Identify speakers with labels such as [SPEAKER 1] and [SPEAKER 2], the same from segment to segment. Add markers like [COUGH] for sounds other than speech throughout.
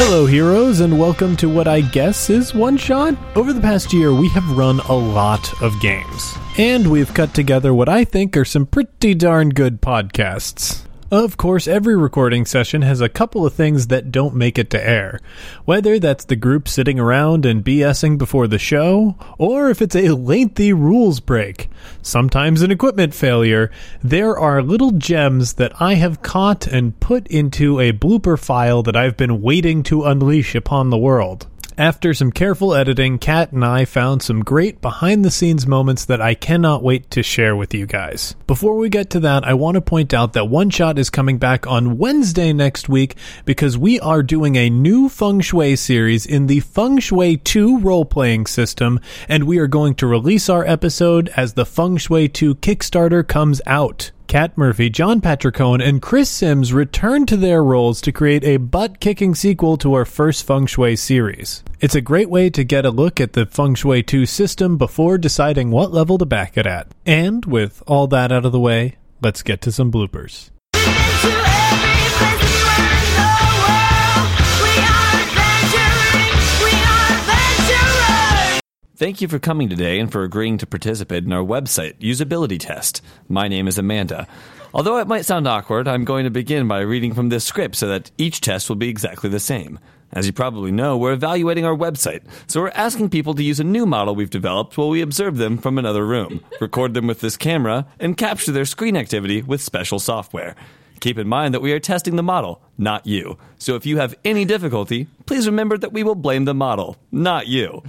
[SPEAKER 1] Hello, heroes, and welcome to what I guess is One Shot. Over the past year, we have run a lot of games, and we've cut together what I think are some pretty darn good podcasts. Of course, every recording session has a couple of things that don't make it to air. Whether that's the group sitting around and BSing before the show, or if it's a lengthy rules break, sometimes an equipment failure, there are little gems that I have caught and put into a blooper file that I've been waiting to unleash upon the world. After some careful editing, Kat and I found some great behind the scenes moments that I cannot wait to share with you guys. Before we get to that, I want to point out that One Shot is coming back on Wednesday next week because we are doing a new Feng Shui series in the Feng Shui 2 role playing system, and we are going to release our episode as the Feng Shui 2 Kickstarter comes out. Kat Murphy, John Patrick Cohen, and Chris Sims return to their roles to create a butt kicking sequel to our first Feng Shui series. It's a great way to get a look at the Feng Shui 2 system before deciding what level to back it at. And with all that out of the way, let's get to some bloopers.
[SPEAKER 2] To every place we went in the world, we are adventuring, we are adventurers.
[SPEAKER 3] Thank you for coming today and for agreeing to participate in our website usability test. My name is Amanda. Although it might sound awkward, I'm going to begin by reading from this script so that each test will be exactly the same. As you probably know, we're evaluating our website, so we're asking people to use a new model we've developed while we observe them from another room, record them with this camera, and capture their screen activity with special software. Keep in mind that we are testing the model, not you. So if you have any difficulty, please remember that we will blame the model, not you.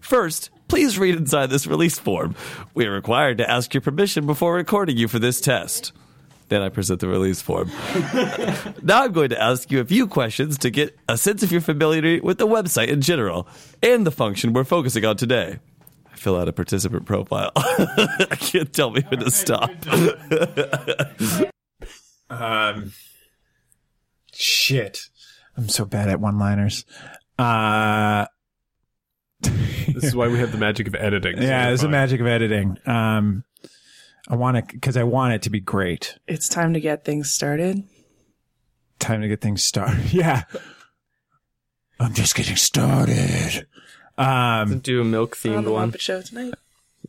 [SPEAKER 3] First, please read inside this release form. We are required to ask your permission before recording you for this test. Then I present the release form. now I'm going to ask you a few questions to get a sense of your familiarity with the website in general and the function we're focusing on today. I fill out a participant profile. [LAUGHS] I can't tell me when to stop. [LAUGHS]
[SPEAKER 4] Um, shit, I'm so bad at one-liners. Uh,
[SPEAKER 1] This is why we have the magic of editing.
[SPEAKER 4] yeah, it's the magic of editing. Um, I want it because I want it to be great.
[SPEAKER 5] It's time to get things
[SPEAKER 1] [LAUGHS]
[SPEAKER 5] started.
[SPEAKER 4] Time to get things started. [LAUGHS] Yeah, I'm just getting started. Um,
[SPEAKER 6] do a milk
[SPEAKER 5] On
[SPEAKER 6] themed
[SPEAKER 5] the
[SPEAKER 6] one. Uh,
[SPEAKER 5] Muppet Show tonight.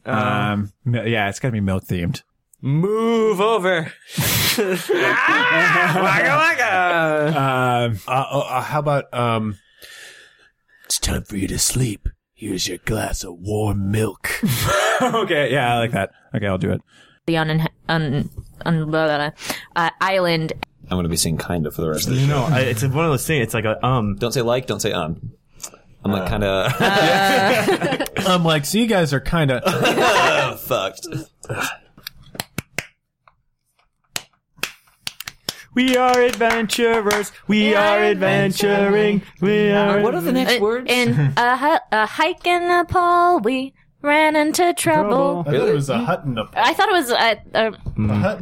[SPEAKER 4] um, mi- yeah, it's gotta be milk themed.
[SPEAKER 6] Move
[SPEAKER 4] [LAUGHS]
[SPEAKER 6] over. ah, waka waka.
[SPEAKER 4] Um,
[SPEAKER 7] Uh, uh, how about um? It's time for you to sleep. Here's your glass of warm milk.
[SPEAKER 4] [LAUGHS] okay, yeah, I like that. Okay, I'll do it.
[SPEAKER 8] the un, un, un blah, blah, blah, uh, island.
[SPEAKER 9] I'm going to be saying kind of for the rest of the
[SPEAKER 6] You
[SPEAKER 9] show.
[SPEAKER 6] know, I, it's one of those things. It's like a um. Uh.
[SPEAKER 9] Don't say like, don't say um. I'm like kind of
[SPEAKER 6] [LAUGHS]
[SPEAKER 1] I'm like, so you guys are kind
[SPEAKER 9] [LAUGHS]
[SPEAKER 1] of.
[SPEAKER 9] fucked.
[SPEAKER 6] We are adventurers. We are adventuring. We are.
[SPEAKER 3] What are the next
[SPEAKER 8] Uh, In
[SPEAKER 3] [LAUGHS]
[SPEAKER 8] a, hu- a hike in Nepal, we ran into trouble.
[SPEAKER 1] I thought it was a hut in Nepal.
[SPEAKER 8] I thought it was a, a,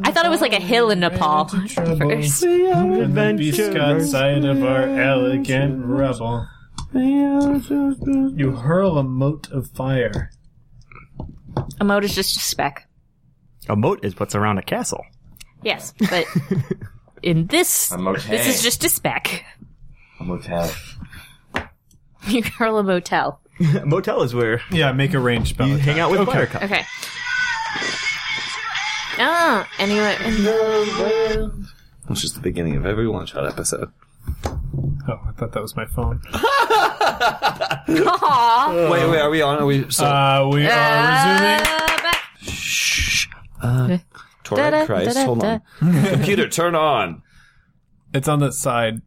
[SPEAKER 8] I thought it was like a hill in Nepal. [LAUGHS] First.
[SPEAKER 6] adventurers?
[SPEAKER 1] outside of our elegant rubble. You hurl a mote of fire.
[SPEAKER 8] A moat is just a speck.
[SPEAKER 6] [LAUGHS] A moat is what's around a castle.
[SPEAKER 8] Yes,
[SPEAKER 3] [LAUGHS]
[SPEAKER 8] but in this,
[SPEAKER 9] motel.
[SPEAKER 8] this is just a speck. [LAUGHS]
[SPEAKER 9] a motel.
[SPEAKER 8] You curl a motel.
[SPEAKER 6] [LAUGHS] A motel is where
[SPEAKER 1] Yeah, make a range spell.
[SPEAKER 6] you hang out with Buttercup.
[SPEAKER 8] Okay. Oh, anyway.
[SPEAKER 9] It's just the beginning of every one shot episode.
[SPEAKER 1] Oh, I thought that was my phone.
[SPEAKER 8] Aw.
[SPEAKER 9] Wait, wait, are we on? Are we? So,
[SPEAKER 1] Uh, we are resuming.
[SPEAKER 8] Uh, back-
[SPEAKER 9] Uh, Torrent
[SPEAKER 8] da-da,
[SPEAKER 9] Christ,
[SPEAKER 8] da-da,
[SPEAKER 9] hold on. [LAUGHS] Computer, turn on.
[SPEAKER 1] It's on the side.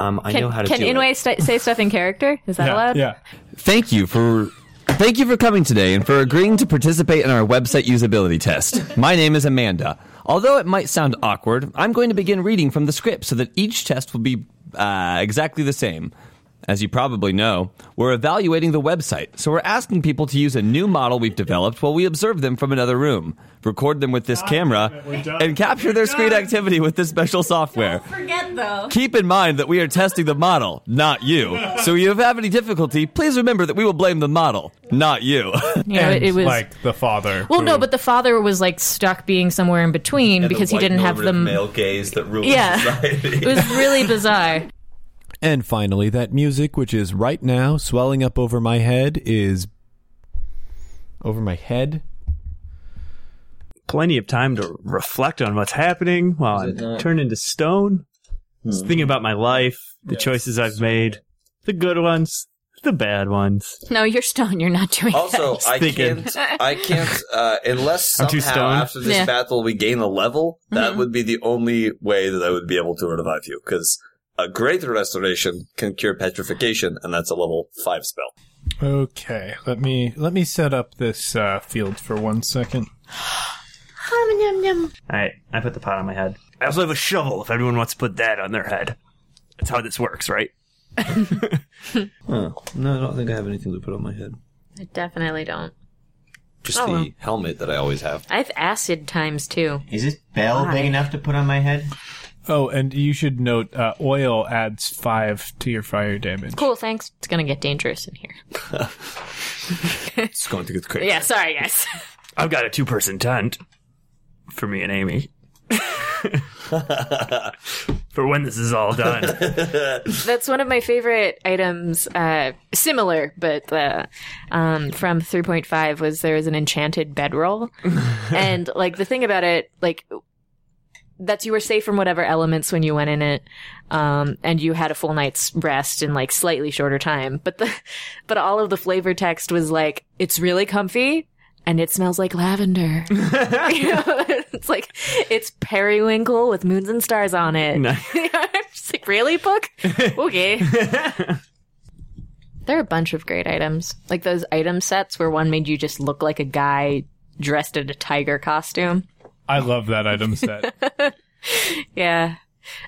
[SPEAKER 9] Um, I know how
[SPEAKER 8] Can,
[SPEAKER 9] to
[SPEAKER 8] can
[SPEAKER 9] do it.
[SPEAKER 8] Inouye st- say stuff in character? Is that allowed?
[SPEAKER 1] Yeah.
[SPEAKER 9] Thank you for. Thank you for coming today and for agreeing to participate in our website usability test. My name is Amanda. Although it might sound awkward, I'm going to begin reading from the script so that each test will be uh, exactly the same. As you probably know, we're evaluating the website, so we're asking people to use a new model we've developed while we observe them from another room, record them with this camera, and capture their screen activity with this special software.
[SPEAKER 8] Forget though.
[SPEAKER 9] Keep in mind that we are testing the model, not you. So if you have any difficulty, please remember that we will blame the model, not you.
[SPEAKER 8] [LAUGHS] You know, it was
[SPEAKER 1] like the father.
[SPEAKER 8] well, no, but the father was like stuck being somewhere in between because he didn't have the
[SPEAKER 9] gaze that rules
[SPEAKER 8] Yeah. It was really bizarre.
[SPEAKER 1] And finally, that music, which is right now swelling up over my head, is over my head.
[SPEAKER 6] Plenty of time to reflect on what's happening while I'm turned into stone. Just thinking about my life, the choices I've made, the good ones, the bad ones.
[SPEAKER 8] No, you're stone. You're not doing
[SPEAKER 3] Also,
[SPEAKER 8] that.
[SPEAKER 3] I
[SPEAKER 6] thinking.
[SPEAKER 3] can't. I can't. Uh, unless
[SPEAKER 1] [LAUGHS]
[SPEAKER 6] I'm too
[SPEAKER 3] somehow
[SPEAKER 6] stoned.
[SPEAKER 3] after this
[SPEAKER 8] Yeah. Mm-hmm.
[SPEAKER 3] battle we gain a level, that would be the only way that I would be able to revive you. Because a greater restoration can cure petrification, and that's a level five spell.
[SPEAKER 1] Okay, let me let me set up this uh, field for one second.
[SPEAKER 6] All right, I put the pot on my head. I also have a shovel if everyone wants to put that on their head. That's how this works, right?
[SPEAKER 10] No, I don't think I have anything to put on my head.
[SPEAKER 8] [LAUGHS] I definitely don't.
[SPEAKER 3] Just
[SPEAKER 8] Oh,
[SPEAKER 3] the
[SPEAKER 8] well.
[SPEAKER 3] helmet that I always have.
[SPEAKER 8] I have acid times too.
[SPEAKER 11] Is this bell big enough to put on my head?
[SPEAKER 1] Oh, and you should note uh, oil adds five to your fire damage.
[SPEAKER 8] Cool, thanks. It's gonna get dangerous in here.
[SPEAKER 3] It's going to get crazy.
[SPEAKER 8] Yeah, sorry guys.
[SPEAKER 6] I've got a two-person tent for me and [LAUGHS] Amy. for when this is all done.
[SPEAKER 8] That's one of my favorite items. Uh, similar, but uh, um, from 3.5 was there was an enchanted bedroll, and like the thing about it, like that's you were safe from whatever elements when you went in it, um, and you had a full night's rest in like slightly shorter time. But the but all of the flavor text was like it's really comfy. And it
[SPEAKER 12] [LAUGHS]
[SPEAKER 8] smells like lavender. You know, it's like it's periwinkle with moons and stars on it. [LAUGHS] It's like, really, book?
[SPEAKER 1] [LAUGHS]
[SPEAKER 8] Okay. there are a bunch of great items. Like those item sets where one made you just look like a guy dressed in a tiger costume. [LAUGHS]
[SPEAKER 1] I love that item set.
[SPEAKER 8] Yeah.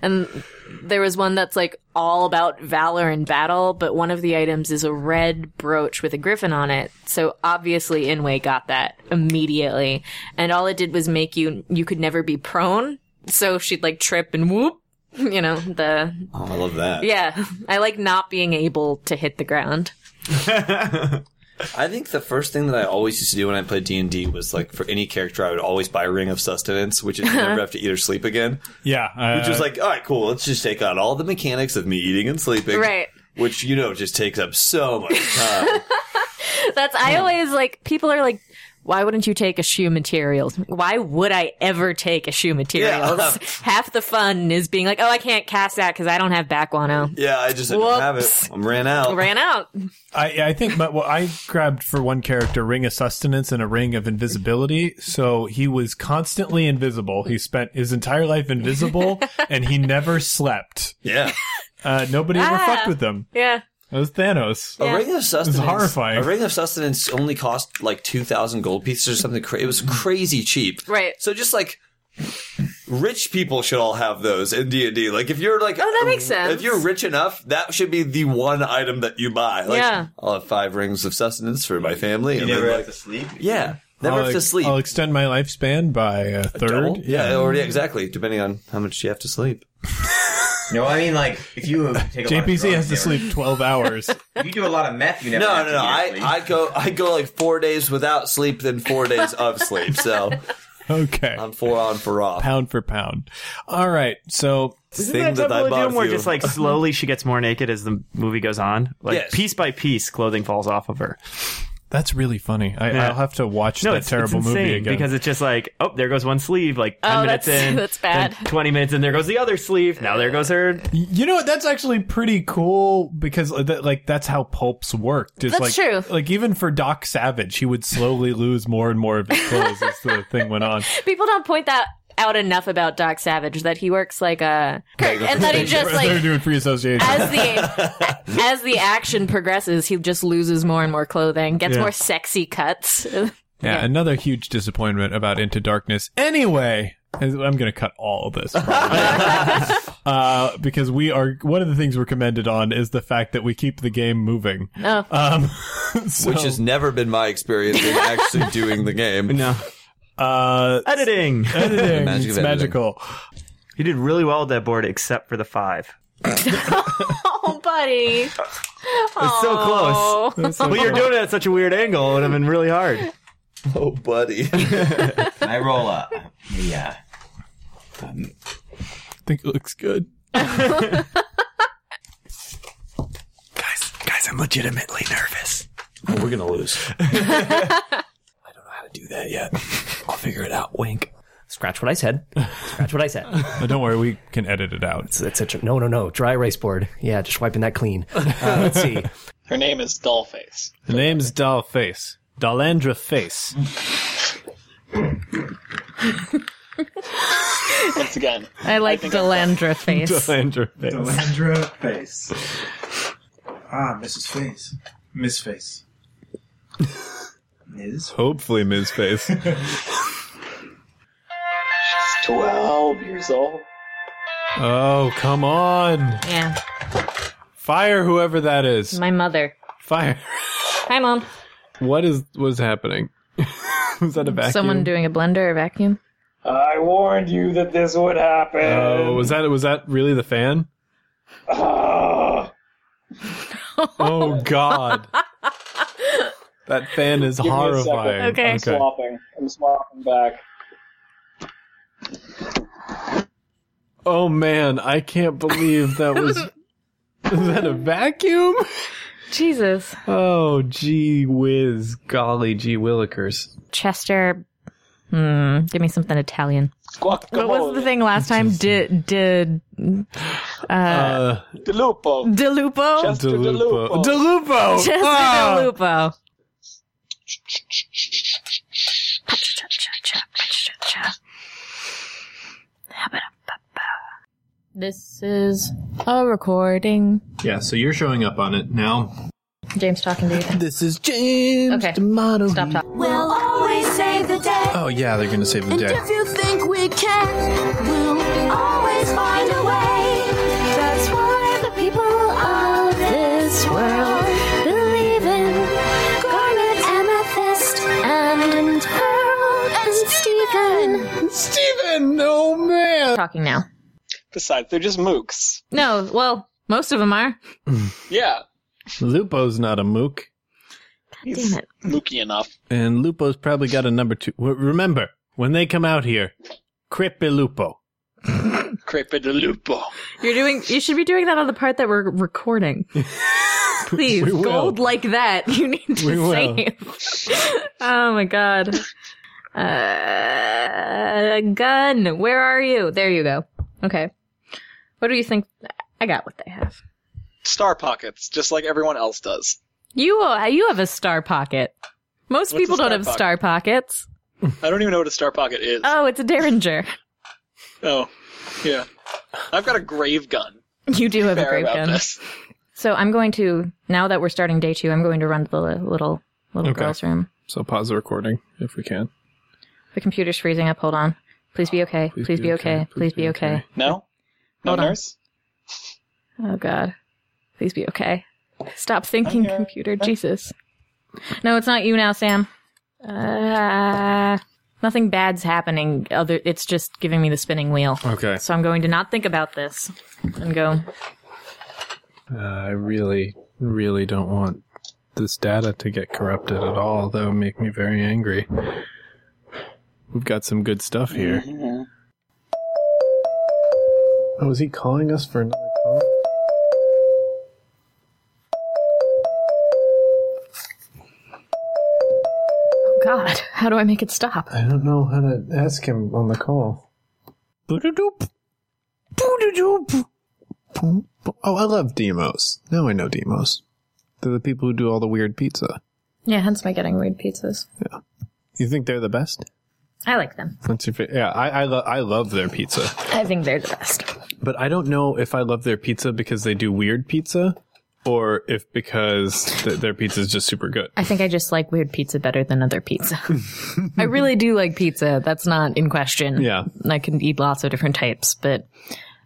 [SPEAKER 8] And there was one that's like all about valor and battle, but one of the items is a red brooch with a griffin on it. So obviously Inway got that immediately. And all it did was make you, you could never be prone. So she'd like trip and whoop, [LAUGHS] you know, the
[SPEAKER 1] Oh,
[SPEAKER 3] I love that.
[SPEAKER 8] Yeah, [LAUGHS] I like not being able to hit the ground.
[SPEAKER 3] I think the first thing that I always used to do when I played D and D was like for any character, I would always buy Ring of Sustenance, which is you
[SPEAKER 8] [LAUGHS]
[SPEAKER 3] never have to eat or sleep again.
[SPEAKER 1] yeah, uh,
[SPEAKER 3] Which is like, all right, cool. Let's just take out all the mechanics of me eating and sleeping,
[SPEAKER 8] Right.
[SPEAKER 3] Which you know just takes up so much
[SPEAKER 8] [LAUGHS]
[SPEAKER 3] time.
[SPEAKER 8] That's I always like people are like why wouldn't you take a shoe materials? Why would I ever take a shoe materials?
[SPEAKER 6] [LAUGHS]
[SPEAKER 3] Yeah.
[SPEAKER 8] Half the fun is being like, "Oh, I can't cast that cuz I don't have back guano."
[SPEAKER 3] yeah, I just I don't have it.
[SPEAKER 8] Whoops.
[SPEAKER 3] I ran out.
[SPEAKER 8] Ran out.
[SPEAKER 1] I, I think, but well, I grabbed for one character ring of sustenance and a ring of invisibility. So he was constantly invisible. He spent his entire life invisible, and he never slept.
[SPEAKER 3] yeah,
[SPEAKER 1] Uh, nobody ever
[SPEAKER 8] Ah.
[SPEAKER 1] fucked with him.
[SPEAKER 8] Yeah.
[SPEAKER 1] That was Thanos.
[SPEAKER 3] a ring of sustenance.
[SPEAKER 1] horrifying.
[SPEAKER 3] A ring of sustenance only cost like two thousand gold pieces or something. Cra- it was crazy cheap,
[SPEAKER 8] Right.
[SPEAKER 3] So just like. Rich people should all have those in D and D. Like if you're like, oh,
[SPEAKER 8] that makes sense.
[SPEAKER 3] If you're rich enough, that should be the one item that you buy. Like,
[SPEAKER 8] Yeah.
[SPEAKER 3] I'll have five rings of sustenance for my family. and then, like,
[SPEAKER 11] sleep.
[SPEAKER 8] [LAUGHS]
[SPEAKER 3] yeah, never
[SPEAKER 1] I'll,
[SPEAKER 3] have to
[SPEAKER 1] ex-
[SPEAKER 3] sleep.
[SPEAKER 1] I'll extend my lifespan by a third.
[SPEAKER 3] Double? Yeah, or yeah, exactly. Depending on how much you have to sleep.
[SPEAKER 11] No, I mean like if you take a lot of
[SPEAKER 1] JPC has
[SPEAKER 11] drugs,
[SPEAKER 1] to
[SPEAKER 11] you never-
[SPEAKER 1] sleep 12 hours.
[SPEAKER 11] [LAUGHS] If you do a lot of meth, you never.
[SPEAKER 3] No,
[SPEAKER 11] have
[SPEAKER 3] no,
[SPEAKER 11] to
[SPEAKER 3] no.
[SPEAKER 11] get
[SPEAKER 3] I,
[SPEAKER 11] sleep.
[SPEAKER 3] I go I go like four days without sleep, then four days of
[SPEAKER 13] [LAUGHS]
[SPEAKER 3] sleep. So [LAUGHS]
[SPEAKER 1] okay.
[SPEAKER 3] I'm four on, four off.
[SPEAKER 1] pound for pound. All right. So,
[SPEAKER 3] Thing
[SPEAKER 6] Isn't that
[SPEAKER 3] that I
[SPEAKER 6] Temple of
[SPEAKER 3] bought
[SPEAKER 6] Doom where
[SPEAKER 3] you.
[SPEAKER 6] just like slowly she gets more naked as the movie goes on? Like
[SPEAKER 3] Yes.
[SPEAKER 6] piece by piece, clothing falls off of her.
[SPEAKER 1] that's really funny. I,
[SPEAKER 6] Yeah.
[SPEAKER 1] I'll have to watch
[SPEAKER 6] No,
[SPEAKER 1] that
[SPEAKER 6] it's,
[SPEAKER 1] terrible
[SPEAKER 6] it's insane
[SPEAKER 1] movie again.
[SPEAKER 6] because it's just like, oh, there goes one sleeve. Like ten
[SPEAKER 8] Oh,
[SPEAKER 6] minutes
[SPEAKER 8] that's-
[SPEAKER 6] in,
[SPEAKER 8] that's
[SPEAKER 6] then
[SPEAKER 8] bad.
[SPEAKER 6] Twenty minutes in, there goes the other sleeve. Now there goes her.
[SPEAKER 1] You know what? That's actually pretty cool because uh, that, like that's how pulps worked. It's
[SPEAKER 8] That's
[SPEAKER 1] like,
[SPEAKER 8] true.
[SPEAKER 1] Like even for Doc Savage, he would slowly lose more and more of his clothes as the thing went on.
[SPEAKER 8] People don't point that out enough about Doc Savage that he works like
[SPEAKER 6] [LAUGHS]
[SPEAKER 8] a and that he
[SPEAKER 1] [LAUGHS]
[SPEAKER 8] just
[SPEAKER 1] They're
[SPEAKER 8] like
[SPEAKER 1] doing free association.
[SPEAKER 8] as the as the action progresses, he just loses more and more clothing, gets more sexy cuts. [LAUGHS]
[SPEAKER 1] yeah, another huge disappointment about Into Darkness. Anyway, is- I'm going to cut all of this probably. uh, because we are one of the things we're commended on is the fact that we keep the game moving.
[SPEAKER 8] Oh.
[SPEAKER 1] Um, [LAUGHS] so,
[SPEAKER 3] Which has never been my experience in actually doing the game.
[SPEAKER 6] No
[SPEAKER 1] uh,
[SPEAKER 6] editing.
[SPEAKER 1] [LAUGHS] editing.
[SPEAKER 3] magic
[SPEAKER 1] it's
[SPEAKER 3] of editing.
[SPEAKER 1] magical.
[SPEAKER 6] you did really well at that board, except for the five.
[SPEAKER 8] oh, buddy.
[SPEAKER 6] It's so close.
[SPEAKER 8] [LAUGHS] Oh.
[SPEAKER 6] But you're doing it at such a weird angle. It would have been really hard. [LAUGHS]
[SPEAKER 3] Oh, buddy.
[SPEAKER 11] Can I roll up. Yeah.
[SPEAKER 1] I think it looks good.
[SPEAKER 14] because I'm legitimately nervous.
[SPEAKER 6] Oh, we're
[SPEAKER 8] [LAUGHS]
[SPEAKER 6] gonna lose. I don't know how to do that yet. I'll figure it out. Wink.
[SPEAKER 15] Scratch what I said. Scratch what I
[SPEAKER 1] [LAUGHS]
[SPEAKER 15] said.
[SPEAKER 1] Oh, don't worry, we can edit it out.
[SPEAKER 15] It's, it's a tr- no, no, no. Dry erase board. Yeah, just wiping that clean. Uh, let's see.
[SPEAKER 16] [LAUGHS] Her name is Dollface.
[SPEAKER 1] [LAUGHS] The name's Dollface. Dolandra Face.
[SPEAKER 16] Once again,
[SPEAKER 8] I like
[SPEAKER 16] think
[SPEAKER 8] Delandra
[SPEAKER 6] [LAUGHS]
[SPEAKER 8] face.
[SPEAKER 1] Delandra face.
[SPEAKER 4] Delandra face. Ah, Mrs. Face. Miss Face. Ms.
[SPEAKER 1] Hopefully, Ms. Face. [LAUGHS]
[SPEAKER 16] she's 12 years old.
[SPEAKER 1] oh, come on.
[SPEAKER 8] Yeah.
[SPEAKER 1] Fire whoever that is.
[SPEAKER 8] My mother.
[SPEAKER 1] Fire. [LAUGHS]
[SPEAKER 8] Hi, mom.
[SPEAKER 1] What is what's happening? [LAUGHS] was that a vacuum?
[SPEAKER 8] Someone doing a blender or vacuum?
[SPEAKER 16] I warned you that this would happen.
[SPEAKER 1] Oh, was that was that really the fan?
[SPEAKER 16] Ah.
[SPEAKER 1] oh
[SPEAKER 16] [LAUGHS]
[SPEAKER 1] God, that fan is
[SPEAKER 16] Give me a
[SPEAKER 1] horrifying.
[SPEAKER 16] second. I'm swapping. I'm swapping back.
[SPEAKER 1] Oh man, I can't believe that
[SPEAKER 8] [LAUGHS]
[SPEAKER 1] was. is that a vacuum?
[SPEAKER 8] Jesus.
[SPEAKER 1] Oh gee whiz, golly gee willikers.
[SPEAKER 8] Chester. Hmm. Give me something Italian. What was the thing last time? Did did uh,
[SPEAKER 1] Uh,
[SPEAKER 16] DeLupo.
[SPEAKER 8] DeLupo.
[SPEAKER 16] Chester DeLupo.
[SPEAKER 1] DeLupo.
[SPEAKER 8] Chester
[SPEAKER 1] Ah!
[SPEAKER 8] DeLupo. This is a recording.
[SPEAKER 1] Yeah, so you're showing up on it now.
[SPEAKER 8] James talking to you.
[SPEAKER 1] This is James.
[SPEAKER 8] Okay. Stop talking.
[SPEAKER 9] We'll always save the day.
[SPEAKER 1] Oh yeah, they're gonna save the
[SPEAKER 9] And
[SPEAKER 1] day.
[SPEAKER 9] if you think we can, we'll always find a way. That's why the people of this world believe in Garnet Amethyst and Pearl and Steven.
[SPEAKER 1] Steven, no man.
[SPEAKER 8] Talking now.
[SPEAKER 16] Besides, they're just mooks.
[SPEAKER 8] No, well, most of them are.
[SPEAKER 16] Yeah,
[SPEAKER 1] Lupo's not a mook,
[SPEAKER 16] he's mooky enough.
[SPEAKER 1] and Lupo's probably got a number two. W- remember, when they come out here, Crepe Lupo.
[SPEAKER 16] [LAUGHS] Crepe de Lupo.
[SPEAKER 8] You're doing. You should be doing that on the part that we're
[SPEAKER 9] [LAUGHS]
[SPEAKER 8] recording. Please,
[SPEAKER 9] We will.
[SPEAKER 8] gold like that. You need to
[SPEAKER 9] We will.
[SPEAKER 8] save. oh my god. Uh, gun. Where are you? There you go. Okay. What do you think? I got what they have.
[SPEAKER 16] Star pockets, just like everyone else does.
[SPEAKER 8] You uh, you have a star pocket. Most
[SPEAKER 16] What's a
[SPEAKER 8] people don't
[SPEAKER 16] star
[SPEAKER 8] have
[SPEAKER 16] pocket?
[SPEAKER 8] star pockets.
[SPEAKER 16] I don't even know what a star pocket is.
[SPEAKER 8] Oh, it's a derringer. [LAUGHS]
[SPEAKER 16] Oh, yeah. I've got a grave gun.
[SPEAKER 8] You do have a
[SPEAKER 16] Fair
[SPEAKER 8] grave
[SPEAKER 16] about
[SPEAKER 8] gun.
[SPEAKER 16] this.
[SPEAKER 8] So I'm going to now that we're starting day two, I'm going to run to the li- little little girl's room.
[SPEAKER 1] So pause the recording if we can.
[SPEAKER 8] The computer's freezing up. Hold on. Please be okay. Ah, Please, be okay. Please be okay.
[SPEAKER 16] No? No
[SPEAKER 8] Hold on.
[SPEAKER 16] nurse?
[SPEAKER 8] Oh God. Please be okay. Stop thinking, computer. Jesus. No, it's not you now, Sam. Uh, nothing bad's happening. Other, it's just giving me the spinning wheel.
[SPEAKER 1] Okay.
[SPEAKER 8] So I'm going to not think about this and go.
[SPEAKER 1] Uh, I really, really don't want this data to get corrupted at all. That would make me very angry. We've got some good stuff here.
[SPEAKER 17] Mm-hmm.
[SPEAKER 1] Oh, is he calling us for another call?
[SPEAKER 8] Oh God, how do I make it stop?
[SPEAKER 1] I don't know how to ask him on the call. Boo-doo-doop. Boo-doo-doop. Boom, boom. Oh, I love Demos. Now I know Demos. They're the people who do all the weird pizza.
[SPEAKER 8] Yeah, hence my getting weird pizzas.
[SPEAKER 1] You think they're the best?
[SPEAKER 8] I like them.
[SPEAKER 1] What's your fa- yeah, I I, lo- I love their pizza.
[SPEAKER 8] I think they're the best.
[SPEAKER 1] But I don't know if I love their pizza because they do weird pizza or if because th- their pizza is just super good.
[SPEAKER 8] I think I just like weird pizza better than other pizza. [LAUGHS] I really do like pizza. That's not in question.
[SPEAKER 1] Yeah.
[SPEAKER 8] I can eat lots of different types, but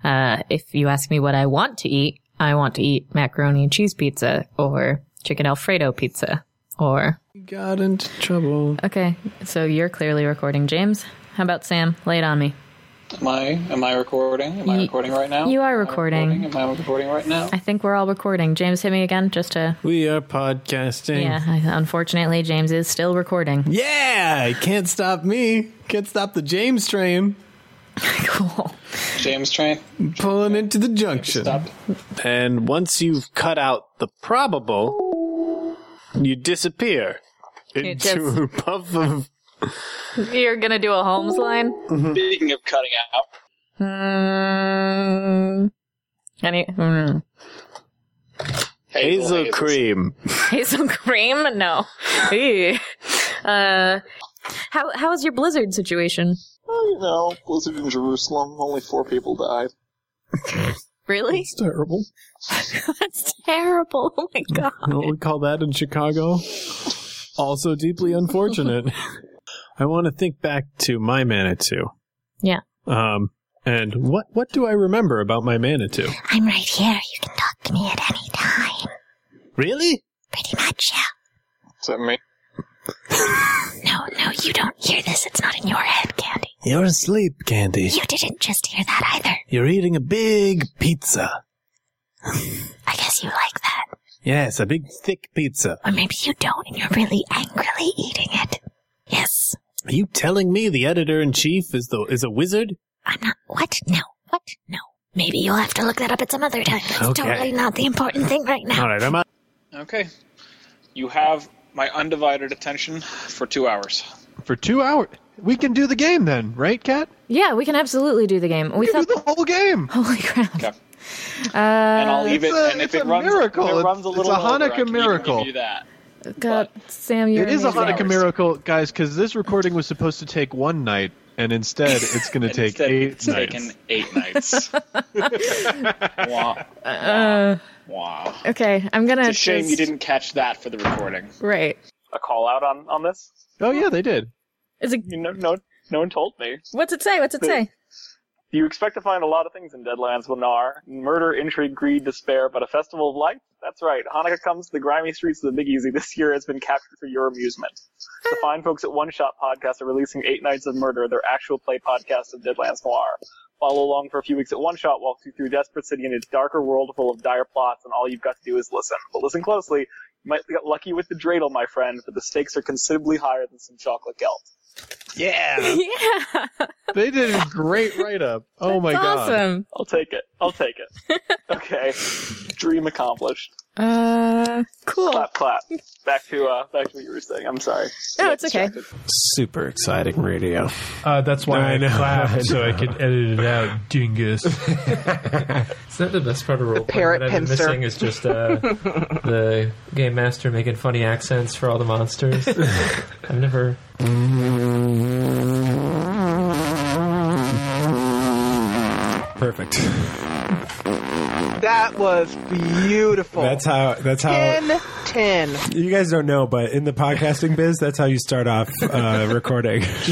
[SPEAKER 8] uh, if you ask me what I want to eat, I want to eat macaroni and cheese pizza or chicken alfredo pizza or
[SPEAKER 1] Got into trouble.
[SPEAKER 8] Okay, so you're clearly recording, James. How about Sam? Lay it on me.
[SPEAKER 16] Am I, am I recording? Am I
[SPEAKER 8] Ye-
[SPEAKER 16] recording right now?
[SPEAKER 8] You are
[SPEAKER 16] Am I
[SPEAKER 8] recording.
[SPEAKER 16] Am I recording right now?
[SPEAKER 8] I think we're all recording. James, hit me again just to
[SPEAKER 1] We are podcasting.
[SPEAKER 8] Yeah, I- unfortunately James is still recording.
[SPEAKER 1] Yeah, it can't stop me. Can't stop the James
[SPEAKER 8] [LAUGHS]
[SPEAKER 1] train.
[SPEAKER 16] James train
[SPEAKER 1] pulling into the junction. And once you've cut out
[SPEAKER 18] the probable, you disappear
[SPEAKER 8] It
[SPEAKER 18] into
[SPEAKER 8] does.
[SPEAKER 18] a puff of.
[SPEAKER 8] You're gonna do a Holmes line.
[SPEAKER 16] Speaking of cutting out,
[SPEAKER 8] Hmm. Any [LAUGHS] hmm.
[SPEAKER 18] Hazel cream.
[SPEAKER 8] hazel cream? No. Ew. uh, how how is your blizzard situation?
[SPEAKER 16] oh, you know, Blizzard in Jerusalem, only four people died.
[SPEAKER 8] Really?
[SPEAKER 1] It's terrible.
[SPEAKER 8] [LAUGHS] That's terrible. Oh my god.
[SPEAKER 1] You know what we call that in Chicago? Also deeply unfortunate. [LAUGHS] I want to think back to my Manitou.
[SPEAKER 8] Yeah.
[SPEAKER 1] Um, and what what do I remember about my Manitou?
[SPEAKER 12] I'm right here. You can talk to me at any time.
[SPEAKER 1] Really?
[SPEAKER 12] Pretty much, yeah.
[SPEAKER 16] Is that me?
[SPEAKER 12] No, no, you don't hear this. It's not in your head, Candy.
[SPEAKER 7] You're asleep, Candy.
[SPEAKER 12] You didn't just hear that either.
[SPEAKER 7] You're eating a big pizza.
[SPEAKER 12] I guess you like that.
[SPEAKER 7] Yes, a big thick pizza.
[SPEAKER 12] Or maybe you don't and you're really angrily eating it. Yes.
[SPEAKER 1] Are you telling me the editor in chief is the is a wizard?
[SPEAKER 12] I'm not. What? No. What? No. Maybe you'll have to look that up at some other time. That's
[SPEAKER 1] Okay.
[SPEAKER 12] totally not the important thing right now.
[SPEAKER 1] All right, I'm out.
[SPEAKER 16] Okay. You have my undivided attention for two [LAUGHS] hours.
[SPEAKER 17] For two hours, we can do the game then, right, Kat?
[SPEAKER 8] Yeah, we can absolutely do the game. We
[SPEAKER 17] can do the whole game.
[SPEAKER 8] Holy crap! Uh,
[SPEAKER 16] and I'll leave it.
[SPEAKER 17] It's a-
[SPEAKER 16] and if
[SPEAKER 17] it's
[SPEAKER 16] it
[SPEAKER 17] a
[SPEAKER 16] runs,
[SPEAKER 17] miracle.
[SPEAKER 16] If it runs
[SPEAKER 17] It's-
[SPEAKER 16] a
[SPEAKER 17] it's
[SPEAKER 16] little
[SPEAKER 17] a
[SPEAKER 16] over, I
[SPEAKER 17] Hanukkah
[SPEAKER 16] can even
[SPEAKER 17] miracle.
[SPEAKER 16] Give you that.
[SPEAKER 8] God, Sam, you're
[SPEAKER 17] It is a
[SPEAKER 8] amazing.
[SPEAKER 17] Hanukkah miracle, guys, because this recording was supposed to take one night, and
[SPEAKER 16] [LAUGHS]
[SPEAKER 17] instead it's going to take
[SPEAKER 16] Instead,
[SPEAKER 17] eight
[SPEAKER 16] it's
[SPEAKER 17] nights.
[SPEAKER 16] taken eight nights.
[SPEAKER 17] [LAUGHS]
[SPEAKER 16] wow.
[SPEAKER 8] Uh,
[SPEAKER 16] Wow.
[SPEAKER 8] okay, I'm gonna.
[SPEAKER 16] It's a shame you
[SPEAKER 8] just-
[SPEAKER 16] didn't catch that for the recording.
[SPEAKER 8] Right.
[SPEAKER 16] A call out on, on this?
[SPEAKER 17] Oh yeah, they did.
[SPEAKER 8] Is it?
[SPEAKER 16] You know, no, no one told me.
[SPEAKER 8] What's it say? What's it say?
[SPEAKER 16] You expect to find a lot of things in Deadlands Lennar. Murder, intrigue, greed, despair, but a festival of lights? That's right. Hanukkah comes to the grimy streets of the Big Easy this year has been captured for your amusement. The fine folks at One Shot Podcast are releasing Eight Nights of Murder, their actual play podcast of Deadlands Noir. Follow along for a few weeks at One Shot walks you through Desperate City and its darker world full of dire plots, and all you've got to do is listen. But listen closely. You might get lucky with the dreidel, my friend, but the stakes are considerably higher than some chocolate gelt.
[SPEAKER 17] Yeah.
[SPEAKER 8] [LAUGHS] yeah.
[SPEAKER 17] They did a great write up. Oh my god.
[SPEAKER 8] awesome.
[SPEAKER 16] I'll take it. I'll take
[SPEAKER 8] [LAUGHS]
[SPEAKER 16] it. okay. Dream accomplished.
[SPEAKER 8] Uh, cool.
[SPEAKER 16] Clap, clap. Back to uh, back to what you were saying. I'm sorry.
[SPEAKER 8] No, it's okay.
[SPEAKER 1] Super exciting radio.
[SPEAKER 19] Uh, that's why I,
[SPEAKER 1] I know.
[SPEAKER 19] clapped so I could edit it
[SPEAKER 1] [LAUGHS]
[SPEAKER 19] out, dingus. it's not the best part of role
[SPEAKER 20] parrot
[SPEAKER 19] playing. What I've been
[SPEAKER 20] pincer.
[SPEAKER 19] missing is just
[SPEAKER 17] [LAUGHS]
[SPEAKER 19] uh,
[SPEAKER 1] [LAUGHS]
[SPEAKER 19] the game master making funny accents for all the
[SPEAKER 17] [LAUGHS]
[SPEAKER 19] monsters. I've never.
[SPEAKER 1] Perfect.
[SPEAKER 20] That was beautiful.
[SPEAKER 4] That's how. That's how.
[SPEAKER 20] 10 10.
[SPEAKER 4] You guys don't know, but in
[SPEAKER 20] [LAUGHS]
[SPEAKER 4] the podcasting biz, that's how you start off uh, recording. [LAUGHS]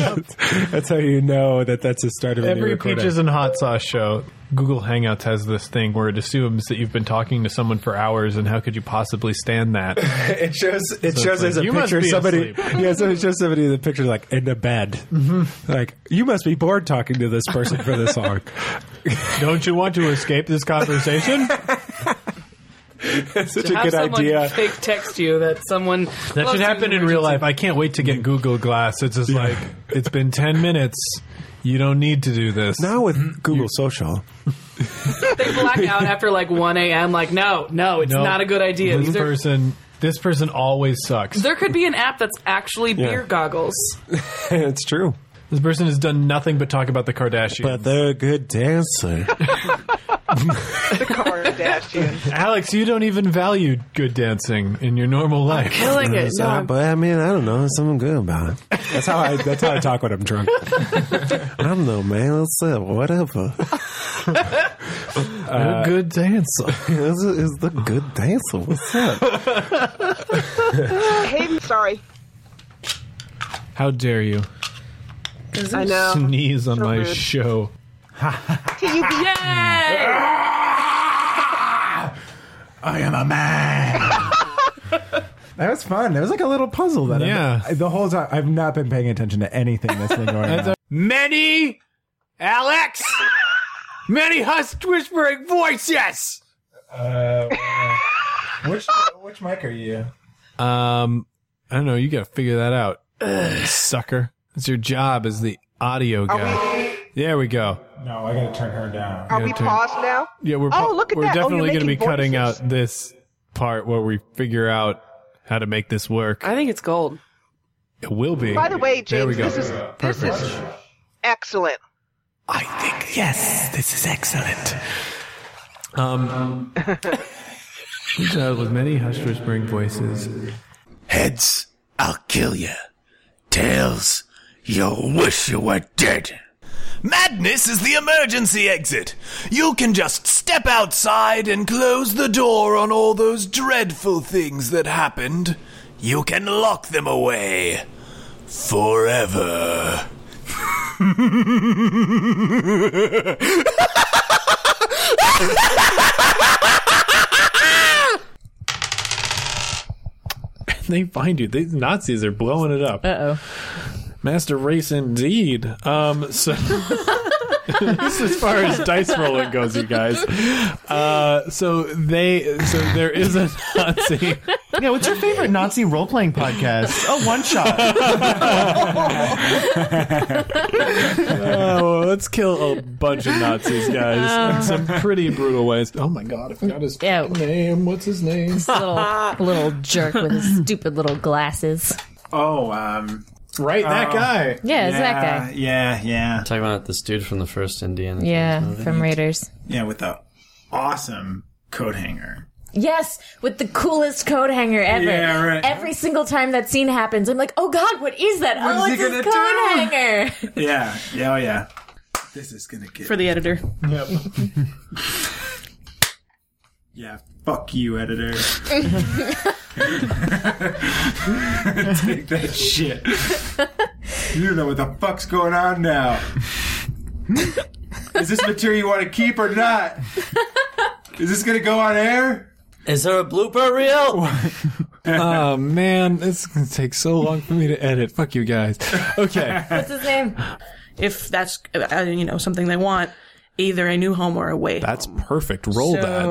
[SPEAKER 4] that's how you know that that's the start of a new
[SPEAKER 1] Every
[SPEAKER 4] recording.
[SPEAKER 1] Peaches and Hot Sauce show, Google Hangouts has this thing where it assumes that you've been talking to someone for hours, and how could you possibly stand that?
[SPEAKER 19] [LAUGHS]
[SPEAKER 4] it shows. It
[SPEAKER 1] So it's
[SPEAKER 4] shows
[SPEAKER 1] like,
[SPEAKER 4] as a
[SPEAKER 1] "You must
[SPEAKER 4] picture
[SPEAKER 1] be
[SPEAKER 4] somebody.
[SPEAKER 1] asleep."
[SPEAKER 4] [LAUGHS] Yeah, so it shows somebody the picture like in a bed. Mm-hmm. Like you must be bored talking to this person for this long.
[SPEAKER 1] [LAUGHS] Don't you want to escape
[SPEAKER 9] [LAUGHS]
[SPEAKER 1] this conversation?
[SPEAKER 4] Such
[SPEAKER 1] a
[SPEAKER 9] have
[SPEAKER 1] good
[SPEAKER 9] someone
[SPEAKER 1] idea.
[SPEAKER 9] [LAUGHS] Fake text you that someone
[SPEAKER 1] That should happen in real life. I can't wait to get Google Glass. It's just like it's been ten minutes. You don't need to do this now
[SPEAKER 4] with Google Social.
[SPEAKER 9] They black
[SPEAKER 1] [LAUGHS]
[SPEAKER 9] out after like 1 a.m. Like, no, no, it's
[SPEAKER 1] No,
[SPEAKER 9] not a good idea.
[SPEAKER 1] This
[SPEAKER 9] These are-
[SPEAKER 1] person, this person always sucks.
[SPEAKER 9] there could be an app that's actually
[SPEAKER 1] Yeah.
[SPEAKER 9] beer
[SPEAKER 5] [LAUGHS]
[SPEAKER 9] goggles.
[SPEAKER 4] [LAUGHS] it's true.
[SPEAKER 1] This person has done nothing but talk about the Kardashians. But
[SPEAKER 4] they're a good dancer.
[SPEAKER 1] Alex, you don't even value good dancing in your normal life.
[SPEAKER 9] killing it.
[SPEAKER 4] So, but I mean, I don't know. There's something good about it. That's how I. That's how I talk when I'm drunk. [LAUGHS] I don't know, man. What's up? [LAUGHS] Whatever. Uh,
[SPEAKER 1] a good
[SPEAKER 4] [LAUGHS]
[SPEAKER 1] dancer.
[SPEAKER 4] is, is the good dancer? What's up?
[SPEAKER 20] hey, sorry.
[SPEAKER 1] How dare you?
[SPEAKER 20] I know.
[SPEAKER 1] Sneeze on
[SPEAKER 20] So
[SPEAKER 1] my
[SPEAKER 20] rude.
[SPEAKER 1] show.
[SPEAKER 4] I am a man. That was fun. It was like a little puzzle that.
[SPEAKER 1] Yeah.
[SPEAKER 4] i the whole time, I've not been paying attention to anything that's been going on.
[SPEAKER 7] Many, Alex, many hushed whispering voices.
[SPEAKER 4] Uh, which which mic are you?
[SPEAKER 1] Um, I don't know. You got to figure that out, sucker. It's your job as the audio guy. there we go.
[SPEAKER 4] No, I gotta turn her down.
[SPEAKER 1] Are we
[SPEAKER 20] Pause now.
[SPEAKER 1] Yeah, we're
[SPEAKER 20] Oh,
[SPEAKER 1] pro-
[SPEAKER 20] look at
[SPEAKER 1] we're
[SPEAKER 20] that. Oh, you're
[SPEAKER 1] definitely going to be
[SPEAKER 20] making
[SPEAKER 1] cutting
[SPEAKER 20] voices.
[SPEAKER 1] out this part where we figure out how to make this work.
[SPEAKER 20] I think it's gold.
[SPEAKER 1] It will be.
[SPEAKER 5] By the way,
[SPEAKER 1] There we
[SPEAKER 5] James,
[SPEAKER 1] go.
[SPEAKER 5] this is this
[SPEAKER 1] Perfect.
[SPEAKER 5] is excellent.
[SPEAKER 7] Yes, this is excellent.
[SPEAKER 1] Um, [LAUGHS] he child with many hushed whispering voices.
[SPEAKER 7] Heads, I'll kill you. Tails, you'll wish you were dead. Madness is the emergency exit. You can just step outside and close the door on all those dreadful things that happened. You can lock them away. Forever.
[SPEAKER 1] [LAUGHS] they find you. These Nazis are blowing it up. Uh oh. Master race indeed. Um, so [LAUGHS] [LAUGHS] this is as far as dice rolling goes, you guys. Uh, so they, so there is a Nazi.
[SPEAKER 21] [LAUGHS] Yeah, what's your favorite Nazi role playing podcast?
[SPEAKER 1] [LAUGHS]
[SPEAKER 21] Oh, one
[SPEAKER 5] [LAUGHS]
[SPEAKER 1] Oh, let's kill a bunch of Nazis, guys, in
[SPEAKER 20] Uh.
[SPEAKER 12] Oh.
[SPEAKER 1] some pretty brutal ways. Oh my god, I forgot his fucking name. What's his name?
[SPEAKER 22] [LAUGHS]
[SPEAKER 13] This little, little jerk with his stupid little glasses.
[SPEAKER 22] Oh, um,
[SPEAKER 1] right,
[SPEAKER 13] that guy. Yeah, it's that guy.
[SPEAKER 22] Yeah, yeah.
[SPEAKER 23] Talking about this dude from the first Indiana.
[SPEAKER 13] Yeah,
[SPEAKER 23] Jones movie.
[SPEAKER 13] from Raiders.
[SPEAKER 22] yeah, with the awesome coat hanger.
[SPEAKER 13] Yes, with the coolest coat hanger ever.
[SPEAKER 22] Yeah, right.
[SPEAKER 13] Every single time that scene happens, I'm like, oh god, what is that?
[SPEAKER 22] What
[SPEAKER 13] oh,
[SPEAKER 22] is
[SPEAKER 13] it's
[SPEAKER 22] he gonna
[SPEAKER 13] his coat
[SPEAKER 22] do? [LAUGHS]
[SPEAKER 13] hanger.
[SPEAKER 22] Yeah, yeah, oh yeah. This is gonna get
[SPEAKER 20] [LAUGHS] For the editor.
[SPEAKER 22] Yep. yeah. Fuck you,
[SPEAKER 13] [LAUGHS]
[SPEAKER 22] editor. [LAUGHS] Take that shit. You don't know what the fuck's going on now. Is this material you want to keep or not? Is this gonna go on air?
[SPEAKER 1] Is there a blooper reel? oh man, this is gonna take so long for me to edit. Fuck you guys. [LAUGHS] Okay.
[SPEAKER 4] [LAUGHS]
[SPEAKER 20] What's
[SPEAKER 13] his name?
[SPEAKER 20] If that's uh, you know something they want, either a new home or a way.
[SPEAKER 1] That's perfect. Roll
[SPEAKER 20] so,
[SPEAKER 1] that.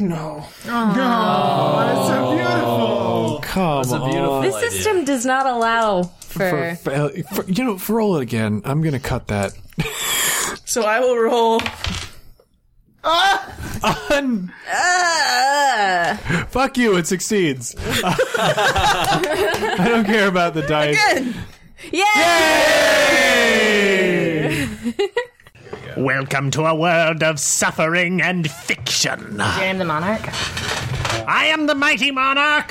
[SPEAKER 20] No.
[SPEAKER 22] Oh,
[SPEAKER 13] No.
[SPEAKER 1] so beautiful. Come
[SPEAKER 13] That's
[SPEAKER 1] on.
[SPEAKER 13] the system does not allow for.
[SPEAKER 1] For, fail- for- you know, for roll it again. I'm gonna cut that.
[SPEAKER 20] So I will roll.
[SPEAKER 1] Ah!
[SPEAKER 20] Ah!
[SPEAKER 1] Fuck you. It succeeds. [LAUGHS] I don't care about the dice.
[SPEAKER 12] Yay!
[SPEAKER 21] Welcome to a world of suffering and fiction.
[SPEAKER 13] Is your name the Monarch? Mm-hmm.
[SPEAKER 21] I am the mighty monarch.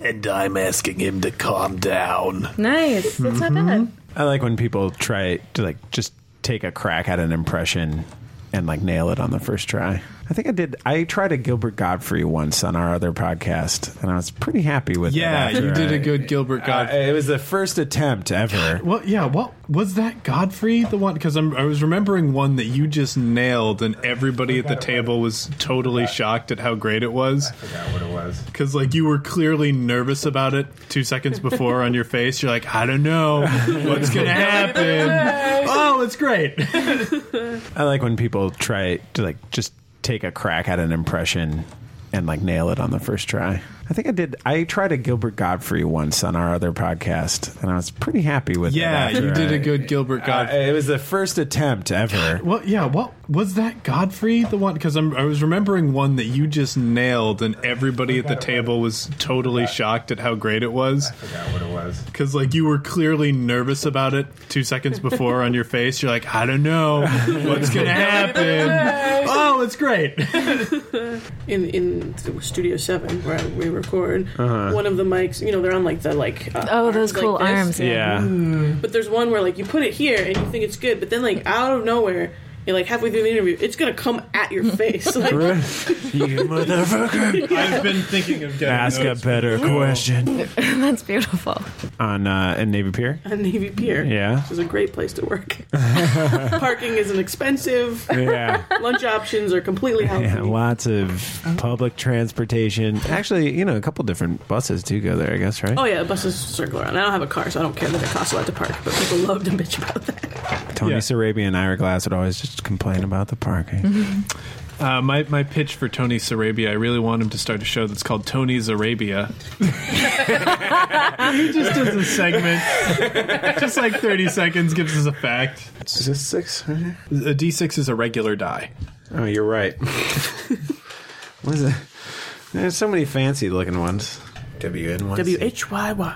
[SPEAKER 7] And I'm asking him to calm down.
[SPEAKER 20] Nice.
[SPEAKER 9] Mm-hmm.
[SPEAKER 21] That's
[SPEAKER 20] not bad.
[SPEAKER 4] I like when people try to like just take a crack at an impression and like nail it on the first try. I think I did. I tried a Gilbert Godfrey once on our other podcast, and I was pretty happy with
[SPEAKER 1] Yeah,
[SPEAKER 4] it.
[SPEAKER 1] you did a good
[SPEAKER 4] Gilbert Godfrey. Uh, it was the first attempt ever.
[SPEAKER 1] Well, yeah. What was that, Godfrey? The one because I was remembering one that you just nailed, and everybody at the table was totally shocked at how great it was. I forgot what it was because like you were clearly nervous about it two seconds before on your face. You're like, I don't know what's [LAUGHS] gonna [LAUGHS] happen. oh, it's great.
[SPEAKER 4] [LAUGHS] I like when people try to like just take a crack at an impression and like nail it on the first try. I think I did. I tried a Gilbert Godfrey once on our other podcast, and I was pretty happy with
[SPEAKER 1] Yeah,
[SPEAKER 4] it. Uh,
[SPEAKER 1] you did a good Gilbert Godfrey.
[SPEAKER 4] it was the first attempt ever.
[SPEAKER 1] [GASPS] Well, yeah. What was that, Godfrey? The one because I was remembering one that you just nailed, and everybody at the table was totally shocked at how great it was. I forgot what it was because like you were clearly nervous about it two seconds before on your face. You're like, I don't know what's gonna
[SPEAKER 4] [LAUGHS]
[SPEAKER 1] happen. oh, it's great.
[SPEAKER 20] [LAUGHS] in in the Studio Seven where we record,
[SPEAKER 1] Uh-huh.
[SPEAKER 20] one of the mics, you know, they're on like the like uh,
[SPEAKER 13] Oh, those
[SPEAKER 20] like
[SPEAKER 13] cool
[SPEAKER 20] this. Mm.
[SPEAKER 13] arms. Yeah.
[SPEAKER 20] But there's one where like you put it here and you think it's good, but then like out of nowhere, you're like halfway through the interview, it's gonna come
[SPEAKER 13] [LAUGHS]
[SPEAKER 20] at your face. Like,
[SPEAKER 4] you motherfucker!
[SPEAKER 1] I've been thinking of getting
[SPEAKER 4] Ask a
[SPEAKER 1] those.
[SPEAKER 4] better question
[SPEAKER 13] That's beautiful.
[SPEAKER 4] on uh, in Navy Pier.
[SPEAKER 20] a Navy Pier.
[SPEAKER 4] Yeah.
[SPEAKER 20] Which is a great place to work. [LAUGHS] Parking isn't expensive.
[SPEAKER 4] Yeah.
[SPEAKER 20] Lunch options are completely healthy.
[SPEAKER 4] [LAUGHS] Yeah, lots of public transportation. Actually, you know, a couple different buses do go there. I guess, right?
[SPEAKER 20] Oh yeah, buses circle around. I don't have a car, so I don't care that it costs a lot to park. But people love to bitch about that.
[SPEAKER 4] Tony Sarabia and Ira Glass would always just complain about the parking.
[SPEAKER 9] Mm-hmm.
[SPEAKER 1] Uh, my my pitch for Tony Sarabia, I really want him to start a show that's called Tony's
[SPEAKER 4] [LAUGHS]
[SPEAKER 1] Arabia. he just does a segment, just like thirty seconds, gives us a fact. Is this [LAUGHS] six? A D six is a regular die.
[SPEAKER 20] [LAUGHS]
[SPEAKER 4] Oh, you're right. [LAUGHS] What is it? There's so many fancy looking ones. WN ones.
[SPEAKER 20] W H Y Y.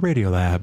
[SPEAKER 4] Radiolab.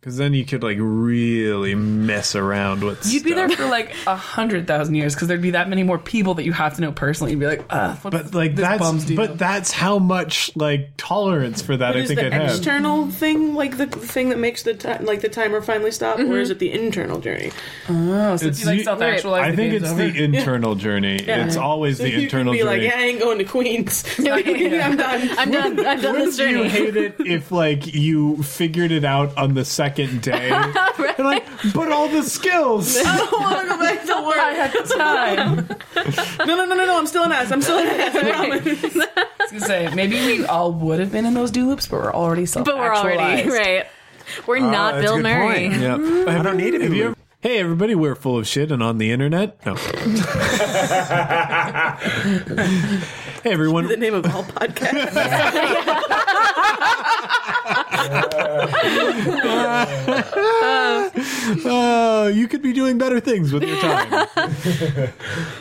[SPEAKER 1] Because then you could like really mess around with.
[SPEAKER 9] [LAUGHS] You'd be there for like a hundred thousand years because there'd be that many more people that you have to know personally. You'd be like, Ugh, what [LAUGHS]
[SPEAKER 1] But like
[SPEAKER 9] this bum's
[SPEAKER 1] that's
[SPEAKER 9] deal.
[SPEAKER 1] but that's how much like tolerance for that
[SPEAKER 20] But
[SPEAKER 1] I
[SPEAKER 20] is
[SPEAKER 1] think
[SPEAKER 20] the
[SPEAKER 1] it has.
[SPEAKER 20] external thing like the the thing that makes the ti- like the timer finally stop,
[SPEAKER 13] Mm-hmm.
[SPEAKER 20] or
[SPEAKER 9] Mhm.
[SPEAKER 20] is it the internal journey?
[SPEAKER 9] Oh, so if you like
[SPEAKER 1] u-
[SPEAKER 9] self actualize,
[SPEAKER 1] I think it's the internal journey.
[SPEAKER 20] Yeah.
[SPEAKER 1] It's always
[SPEAKER 20] So
[SPEAKER 1] the
[SPEAKER 20] you could
[SPEAKER 1] internal
[SPEAKER 20] be
[SPEAKER 1] journey.
[SPEAKER 20] Like, I ain't going to Queens. [LAUGHS] Like, I'm done.
[SPEAKER 8] I'm done. I've done this
[SPEAKER 1] You
[SPEAKER 8] journey. [LAUGHS]
[SPEAKER 1] hate it if like you figured it out on the second day. You're like, but all the skills.
[SPEAKER 20] I don't want to go back to work. I had
[SPEAKER 9] [LAUGHS]
[SPEAKER 20] time. no, no, no, no, no. I'm still an ass. I'm still an ass. I promise.
[SPEAKER 9] I was gonna say maybe we all would have been in those do loops, but we're already self.
[SPEAKER 8] But we're already [LAUGHS] right. We're
[SPEAKER 4] Ah,
[SPEAKER 8] not Bill Murray. [LAUGHS]
[SPEAKER 1] I don't need it. Hey everybody, we're full of shit and on the internet.
[SPEAKER 8] [LAUGHS]
[SPEAKER 1] No. hey everyone. The
[SPEAKER 20] name of all
[SPEAKER 9] [LAUGHS]
[SPEAKER 20] podcasts.
[SPEAKER 1] [LAUGHS] Uh, you could be doing better things with your
[SPEAKER 8] [LAUGHS]
[SPEAKER 1] time.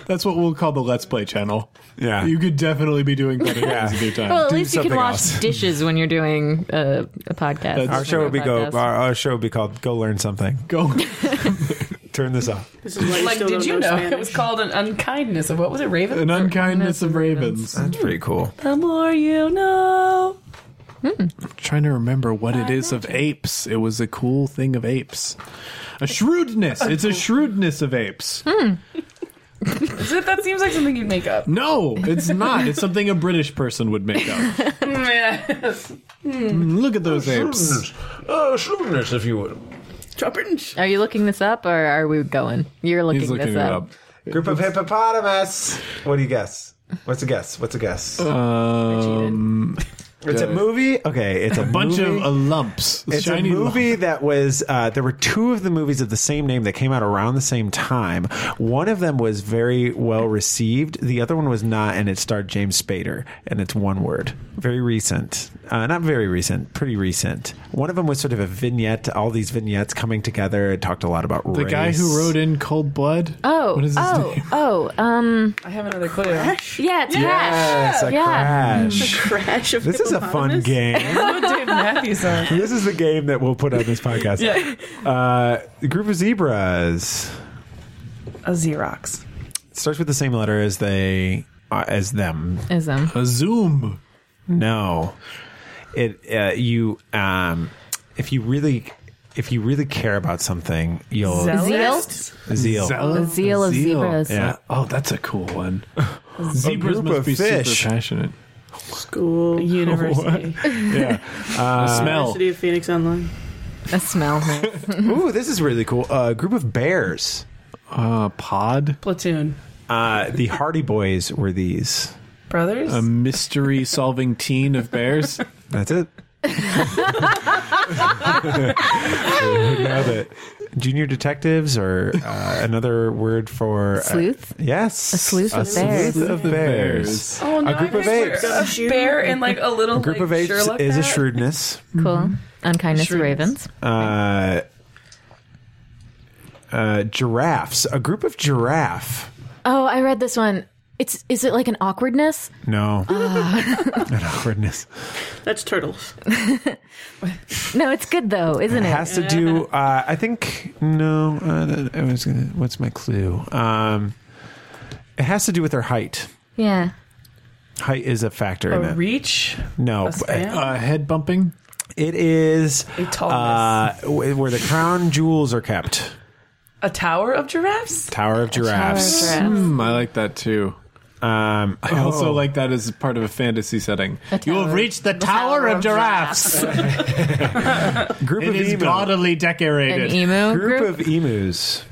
[SPEAKER 1] That's what we'll call the Let's Play channel. Yeah. You could definitely be doing better things with your time.
[SPEAKER 8] Well, at
[SPEAKER 1] Do
[SPEAKER 8] least you can
[SPEAKER 1] something
[SPEAKER 8] wash
[SPEAKER 1] else.
[SPEAKER 8] dishes when you're doing uh, a podcast.
[SPEAKER 24] Our show would be go.
[SPEAKER 8] Podcast.
[SPEAKER 24] Our, our show would be called "Go Learn Something."
[SPEAKER 1] Go.
[SPEAKER 24] [LAUGHS] Turn this off.
[SPEAKER 20] This
[SPEAKER 9] is
[SPEAKER 20] why you
[SPEAKER 9] like,
[SPEAKER 20] still
[SPEAKER 9] did
[SPEAKER 20] don't
[SPEAKER 9] you
[SPEAKER 20] know
[SPEAKER 9] know
[SPEAKER 20] Spanish.
[SPEAKER 9] it was called an unkindness of what was it, Raven?
[SPEAKER 1] An unkindness of ravens. That's pretty cool.
[SPEAKER 9] The more you know. Hmm,
[SPEAKER 1] trying to remember what it is of apes. It was a cool thing of apes. A shrewdness. It's a shrewdness of apes.
[SPEAKER 9] hmm. [LAUGHS] Is it- that seems like something you'd make up.
[SPEAKER 1] No, it's not. It's something a British person would make up.
[SPEAKER 9] [LAUGHS] yes. Hmm.
[SPEAKER 1] Mm, Look at those apes.
[SPEAKER 8] shrewdness.
[SPEAKER 1] Uh, shrewdness, if you would.
[SPEAKER 8] Are you looking this up or are we going? You're looking, this up.
[SPEAKER 4] Group of hippopotamus. What do you guess? What's a guess? What's a guess? Um, it's a
[SPEAKER 1] uh,
[SPEAKER 4] movie. Okay, it's a,
[SPEAKER 1] a bunch of,
[SPEAKER 4] movie.
[SPEAKER 1] uh, lumps.
[SPEAKER 4] It's
[SPEAKER 1] Shiny
[SPEAKER 4] a movie that was. Uh, there were two of the movies of the same name that came out around the same time. One of them was very well received. The other one was not, and it starred James Spader. And it's one word. Very recent. Uh, not very recent. Pretty recent. One of them was sort of a vignette. All these vignettes coming together. It talked a lot about
[SPEAKER 1] The guy who wrote in Cold Blood.
[SPEAKER 8] Oh,
[SPEAKER 1] What is his
[SPEAKER 8] oh, [LAUGHS] oh. Um,
[SPEAKER 9] I have another clue.
[SPEAKER 8] Yeah, it's
[SPEAKER 4] Yes,
[SPEAKER 8] Crash.
[SPEAKER 4] a
[SPEAKER 8] yeah.
[SPEAKER 4] Crash.
[SPEAKER 20] The crash of
[SPEAKER 4] This is a fun game.
[SPEAKER 9] Dave Matthews song.
[SPEAKER 4] [LAUGHS] this is the game that we'll put on this podcast.
[SPEAKER 9] Yeah.
[SPEAKER 4] Uh, the group of zebras.
[SPEAKER 9] A Xerox.
[SPEAKER 4] It starts with the same letter as they uh, as them.
[SPEAKER 8] As them.
[SPEAKER 1] A zoom.
[SPEAKER 4] No. It uh, you um if you really if you really care about something, you'll
[SPEAKER 8] Zealous?
[SPEAKER 4] Zeal.
[SPEAKER 8] Zeal? Zeal of Zeal. zebras.
[SPEAKER 4] Yeah.
[SPEAKER 1] Oh, [LAUGHS] that's a cool one.
[SPEAKER 4] Zebras
[SPEAKER 1] Zebras
[SPEAKER 4] group
[SPEAKER 1] must
[SPEAKER 4] of
[SPEAKER 1] be
[SPEAKER 4] fish.
[SPEAKER 1] super passionate.
[SPEAKER 20] School, university.
[SPEAKER 8] [LAUGHS]
[SPEAKER 1] [LAUGHS]
[SPEAKER 4] yeah. Uh,
[SPEAKER 20] University of Phoenix Online.
[SPEAKER 8] A smell.
[SPEAKER 4] Ooh, this is really cool. A uh, group of bears.
[SPEAKER 1] Uh, pod.
[SPEAKER 9] Platoon.
[SPEAKER 4] Uh, the Hardy Boys were these.
[SPEAKER 9] Brothers?
[SPEAKER 4] Um,
[SPEAKER 1] A mystery solving teen of bears.
[SPEAKER 4] That's it. Now that junior detectives or uh, another word for uh,
[SPEAKER 9] Sleuth?
[SPEAKER 4] yes,
[SPEAKER 9] A sleuth of bears.
[SPEAKER 4] sleuth of bears.
[SPEAKER 9] Oh, no,
[SPEAKER 4] a group
[SPEAKER 9] I
[SPEAKER 4] of apes.
[SPEAKER 9] picture A bear and like a little
[SPEAKER 4] A group
[SPEAKER 9] like,
[SPEAKER 4] of apes
[SPEAKER 9] Sherlock
[SPEAKER 4] is a
[SPEAKER 9] hat.
[SPEAKER 4] shrewdness.
[SPEAKER 8] Cool. Unkindness of ravens.
[SPEAKER 4] Uh, uh, giraffes. A group of giraffe.
[SPEAKER 8] Oh, I read this one. It's is it like an awkwardness? Ah.
[SPEAKER 4] No,
[SPEAKER 8] [LAUGHS]
[SPEAKER 4] [LAUGHS] an awkwardness.
[SPEAKER 25] [LAUGHS]
[SPEAKER 20] That's turtles.
[SPEAKER 8] No, it's good though, isn't it?
[SPEAKER 4] It has to
[SPEAKER 9] [LAUGHS]
[SPEAKER 4] do. Uh, I think no. Uh, I was gonna. What's my clue? Um, it has to do with their height.
[SPEAKER 8] Yeah.
[SPEAKER 4] Height is a factor in
[SPEAKER 8] A
[SPEAKER 4] it.
[SPEAKER 9] Reach.
[SPEAKER 4] No.
[SPEAKER 9] A span?
[SPEAKER 1] Uh, head bumping.
[SPEAKER 4] It is
[SPEAKER 9] A
[SPEAKER 4] uh,
[SPEAKER 9] tallness.
[SPEAKER 4] wh- where the crown jewels are kept.
[SPEAKER 9] A tower of giraffes?
[SPEAKER 4] Tower of giraffes.
[SPEAKER 9] giraffes. Hmm,
[SPEAKER 1] I like that too.
[SPEAKER 4] Um,
[SPEAKER 1] Mm, I also
[SPEAKER 4] oh.
[SPEAKER 1] like that as part of a fantasy setting. You have reached the,
[SPEAKER 9] Tower
[SPEAKER 1] Tower
[SPEAKER 9] of
[SPEAKER 1] of Giraffes.
[SPEAKER 4] Group
[SPEAKER 1] it
[SPEAKER 4] of
[SPEAKER 1] is
[SPEAKER 4] emu.
[SPEAKER 1] gaudily decorated.
[SPEAKER 8] An emu
[SPEAKER 4] Group,
[SPEAKER 8] group?
[SPEAKER 4] of emus.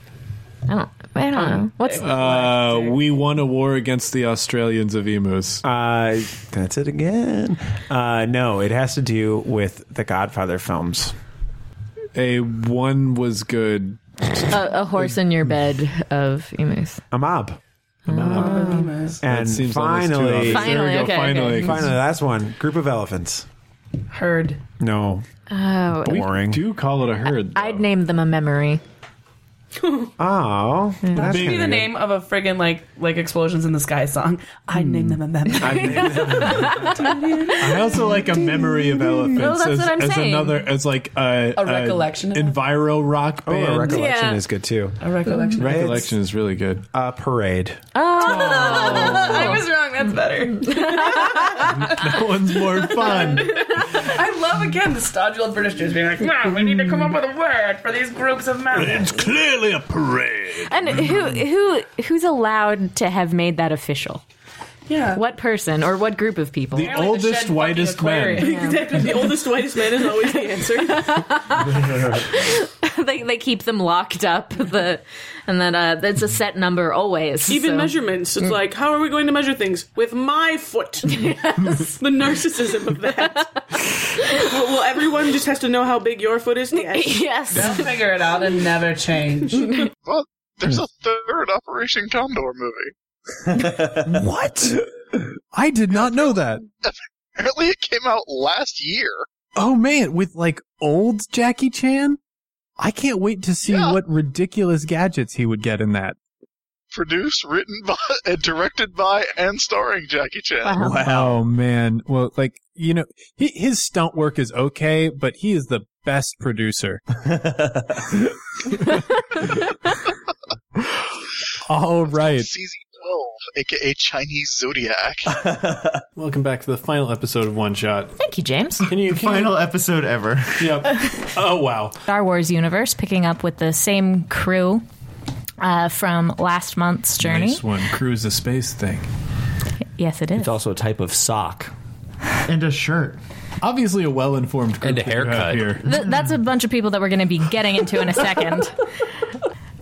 [SPEAKER 8] I don't I don't know. What's
[SPEAKER 1] Uh, we won a war against the Australians of emus.
[SPEAKER 4] Uh, that's it again. Uh, no, it has to do with the Godfather films.
[SPEAKER 1] A one was good.
[SPEAKER 8] a, a horse in your bed of emus.
[SPEAKER 4] A mob.
[SPEAKER 8] A
[SPEAKER 20] Oh,
[SPEAKER 8] mob.
[SPEAKER 9] Um,
[SPEAKER 4] And
[SPEAKER 8] Finally, There we
[SPEAKER 4] finally,
[SPEAKER 8] go, okay, okay. finally.
[SPEAKER 4] finally, last one. Group of elephants.
[SPEAKER 9] Herd.
[SPEAKER 4] No,
[SPEAKER 8] Oh,
[SPEAKER 4] boring.
[SPEAKER 1] do call it a herd.
[SPEAKER 8] I'd name them a memory.
[SPEAKER 4] [LAUGHS] Oh,
[SPEAKER 9] That should be the name of a friggin' like like explosions in the sky song. I
[SPEAKER 20] Hmm.
[SPEAKER 9] name them and them.
[SPEAKER 26] I name
[SPEAKER 9] [LAUGHS]
[SPEAKER 4] [LAUGHS]
[SPEAKER 26] I also like a memory of elephants
[SPEAKER 9] Well, Oh, that's
[SPEAKER 26] as,
[SPEAKER 9] what I'm
[SPEAKER 26] as
[SPEAKER 9] saying.
[SPEAKER 26] another as like a,
[SPEAKER 9] A recollection of
[SPEAKER 26] enviro rock
[SPEAKER 4] Oh, a
[SPEAKER 26] band.
[SPEAKER 4] recollection Yeah. is good too.
[SPEAKER 9] A recollection.
[SPEAKER 26] Recollection is really good.
[SPEAKER 4] Uh, parade.
[SPEAKER 25] Oh.
[SPEAKER 9] [LAUGHS] I was wrong. That's better.
[SPEAKER 26] [LAUGHS] That one's more fun.
[SPEAKER 9] [LAUGHS] I love again the stodgy old British Jews being like, "No, we need to come up with a word for these groups of mountains."
[SPEAKER 26] Clearly a parade.
[SPEAKER 25] And who who who's allowed to have made that official?
[SPEAKER 9] Yeah.
[SPEAKER 25] What person or [LAUGHS] what group of people?
[SPEAKER 26] The oldest, whitest man.
[SPEAKER 20] [LAUGHS] Exactly. The oldest, whitest man is always the answer.
[SPEAKER 25] they they keep them locked up. [LAUGHS] The and then uh, that's a set number always.
[SPEAKER 20] [LAUGHS] Even
[SPEAKER 25] so.
[SPEAKER 20] measurements. It's
[SPEAKER 25] Mm.
[SPEAKER 20] like, how are we going to measure things? With my
[SPEAKER 25] [LAUGHS]
[SPEAKER 20] foot. the narcissism of that.
[SPEAKER 25] [LAUGHS]
[SPEAKER 20] well, well, everyone just has to know how big your foot is. Yes.
[SPEAKER 25] yes.
[SPEAKER 9] They'll figure it out and never
[SPEAKER 25] [LAUGHS]
[SPEAKER 9] change. [LAUGHS]
[SPEAKER 17] well, there's a third Operation Condor movie.
[SPEAKER 4] [LAUGHS]
[SPEAKER 1] what? I did not know that.
[SPEAKER 17] Apparently, it came out last year.
[SPEAKER 1] Oh man, with like old Jackie Chan? I can't wait to see what ridiculous gadgets he would get in that.
[SPEAKER 17] Produced, written by, [LAUGHS] and directed by, and starring Jackie Chan.
[SPEAKER 1] Wow, man. Well, like you know, he, his stunt work is okay, but he is the best producer.
[SPEAKER 26] All right.
[SPEAKER 17] CZ12, aka Chinese Zodiac.
[SPEAKER 26] Welcome back to the final episode of One Shot.
[SPEAKER 8] Thank you, James.
[SPEAKER 26] Can you can
[SPEAKER 8] Final
[SPEAKER 26] episode [LAUGHS] ever? Yep. oh wow.
[SPEAKER 8] Star Wars universe, picking up with the same crew uh, from last month's journey.
[SPEAKER 1] Nice one. Cruise the space thing.
[SPEAKER 8] Yes, it is.
[SPEAKER 1] It's also a type of sock.
[SPEAKER 26] And a shirt. Obviously, a well-informed group and a haircut here.
[SPEAKER 8] Th- that's a bunch of people that we're going to be getting into in a
[SPEAKER 1] [LAUGHS]
[SPEAKER 8] second.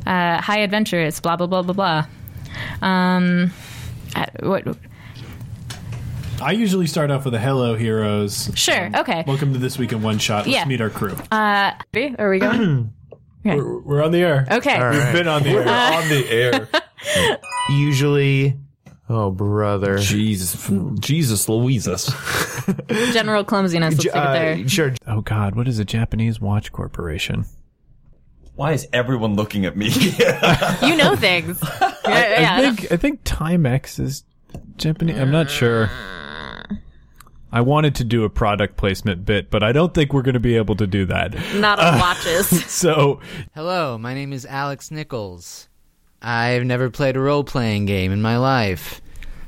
[SPEAKER 8] Uh, high adventurous, blah blah blah blah blah. Um, uh, what?
[SPEAKER 26] I usually start off with a hello, heroes.
[SPEAKER 8] Sure. Okay.
[SPEAKER 26] Welcome to this week in One Shot. Let's
[SPEAKER 8] Yeah.
[SPEAKER 26] meet our crew.
[SPEAKER 8] Uh, are we
[SPEAKER 1] [CLEARS THROAT]
[SPEAKER 8] going?
[SPEAKER 26] We're, we're on the air.
[SPEAKER 8] Okay. All
[SPEAKER 26] We've
[SPEAKER 27] right.
[SPEAKER 26] been on the air.
[SPEAKER 27] We're Uh, on
[SPEAKER 26] the
[SPEAKER 8] [LAUGHS]
[SPEAKER 26] air.
[SPEAKER 27] Usually, oh brother,
[SPEAKER 28] Jesus, Jesus, Louises.
[SPEAKER 8] [LAUGHS] General clumsiness. Let's leave it there.
[SPEAKER 1] sure. Oh God, what is a Japanese watch corporation?
[SPEAKER 28] Why is everyone looking at me?
[SPEAKER 8] You know things.
[SPEAKER 1] uh, [LAUGHS] I,
[SPEAKER 8] Yeah, [LAUGHS] yeah.
[SPEAKER 1] think I think Timex is Japanese. I'm not sure. I wanted to do a product placement bit, but I don't think we're going to be able to do that. Uh,
[SPEAKER 8] Not
[SPEAKER 3] uh,
[SPEAKER 8] on watches.
[SPEAKER 3] [LAUGHS]
[SPEAKER 1] So
[SPEAKER 11] Hello, my name is Alex Nichols. I've never played a role playing game in my life.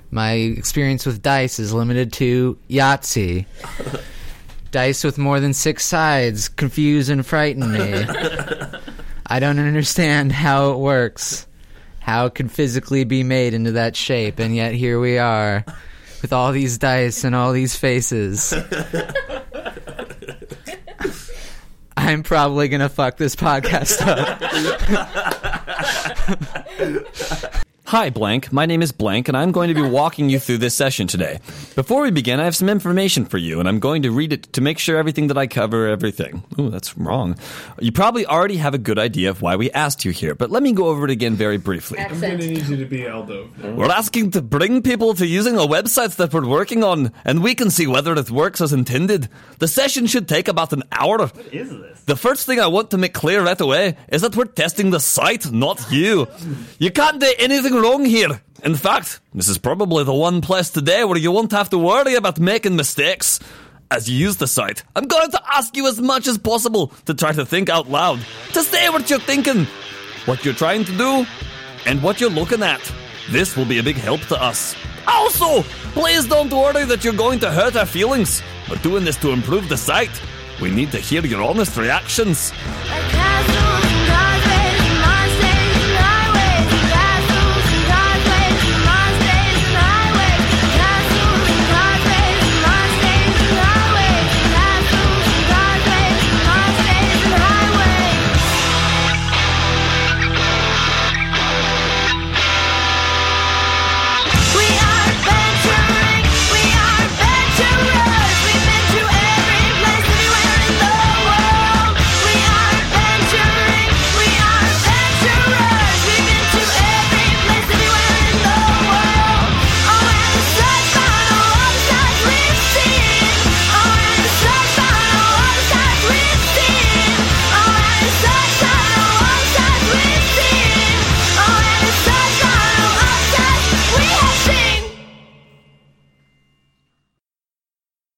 [SPEAKER 11] My experience with dice is limited to
[SPEAKER 3] [LAUGHS]
[SPEAKER 11] Yahtzee. dice with more than six sides confuse and frighten me.
[SPEAKER 3] [LAUGHS]
[SPEAKER 11] I don't understand how it works, how it could physically be made into that shape, and yet here we are with all these dice and all these faces. I'm probably gonna fuck this podcast up.
[SPEAKER 3] Hi, Blank. My name is Blank, and I'm going to be walking you through this session today. Before we begin, I have some information for you, and I'm going to read it to make sure everything that I cover, everything. Ooh, that's wrong. You probably already have a good idea of why we asked you here, but let me go over it again very briefly.
[SPEAKER 26] I'm going to need you to be Aldo.
[SPEAKER 3] We're asking to bring people to using the websites that we're working on, and we can see whether it works as intended. The session should take about an hour. What is this? The first thing I want to make clear right away is that we're testing the site, not you. You can't do anything wrong here. In fact, this is probably the one place today where you won't have to worry about making mistakes. As you use the site, I'm going to ask you as much as possible to try to think out loud, to say what you're thinking, what you're trying to do, and what you're looking at. This will be a big help to us. Also, please don't worry that you're going to hurt our feelings. We're doing this to improve the site. We need to hear your honest reactions.
[SPEAKER 29] I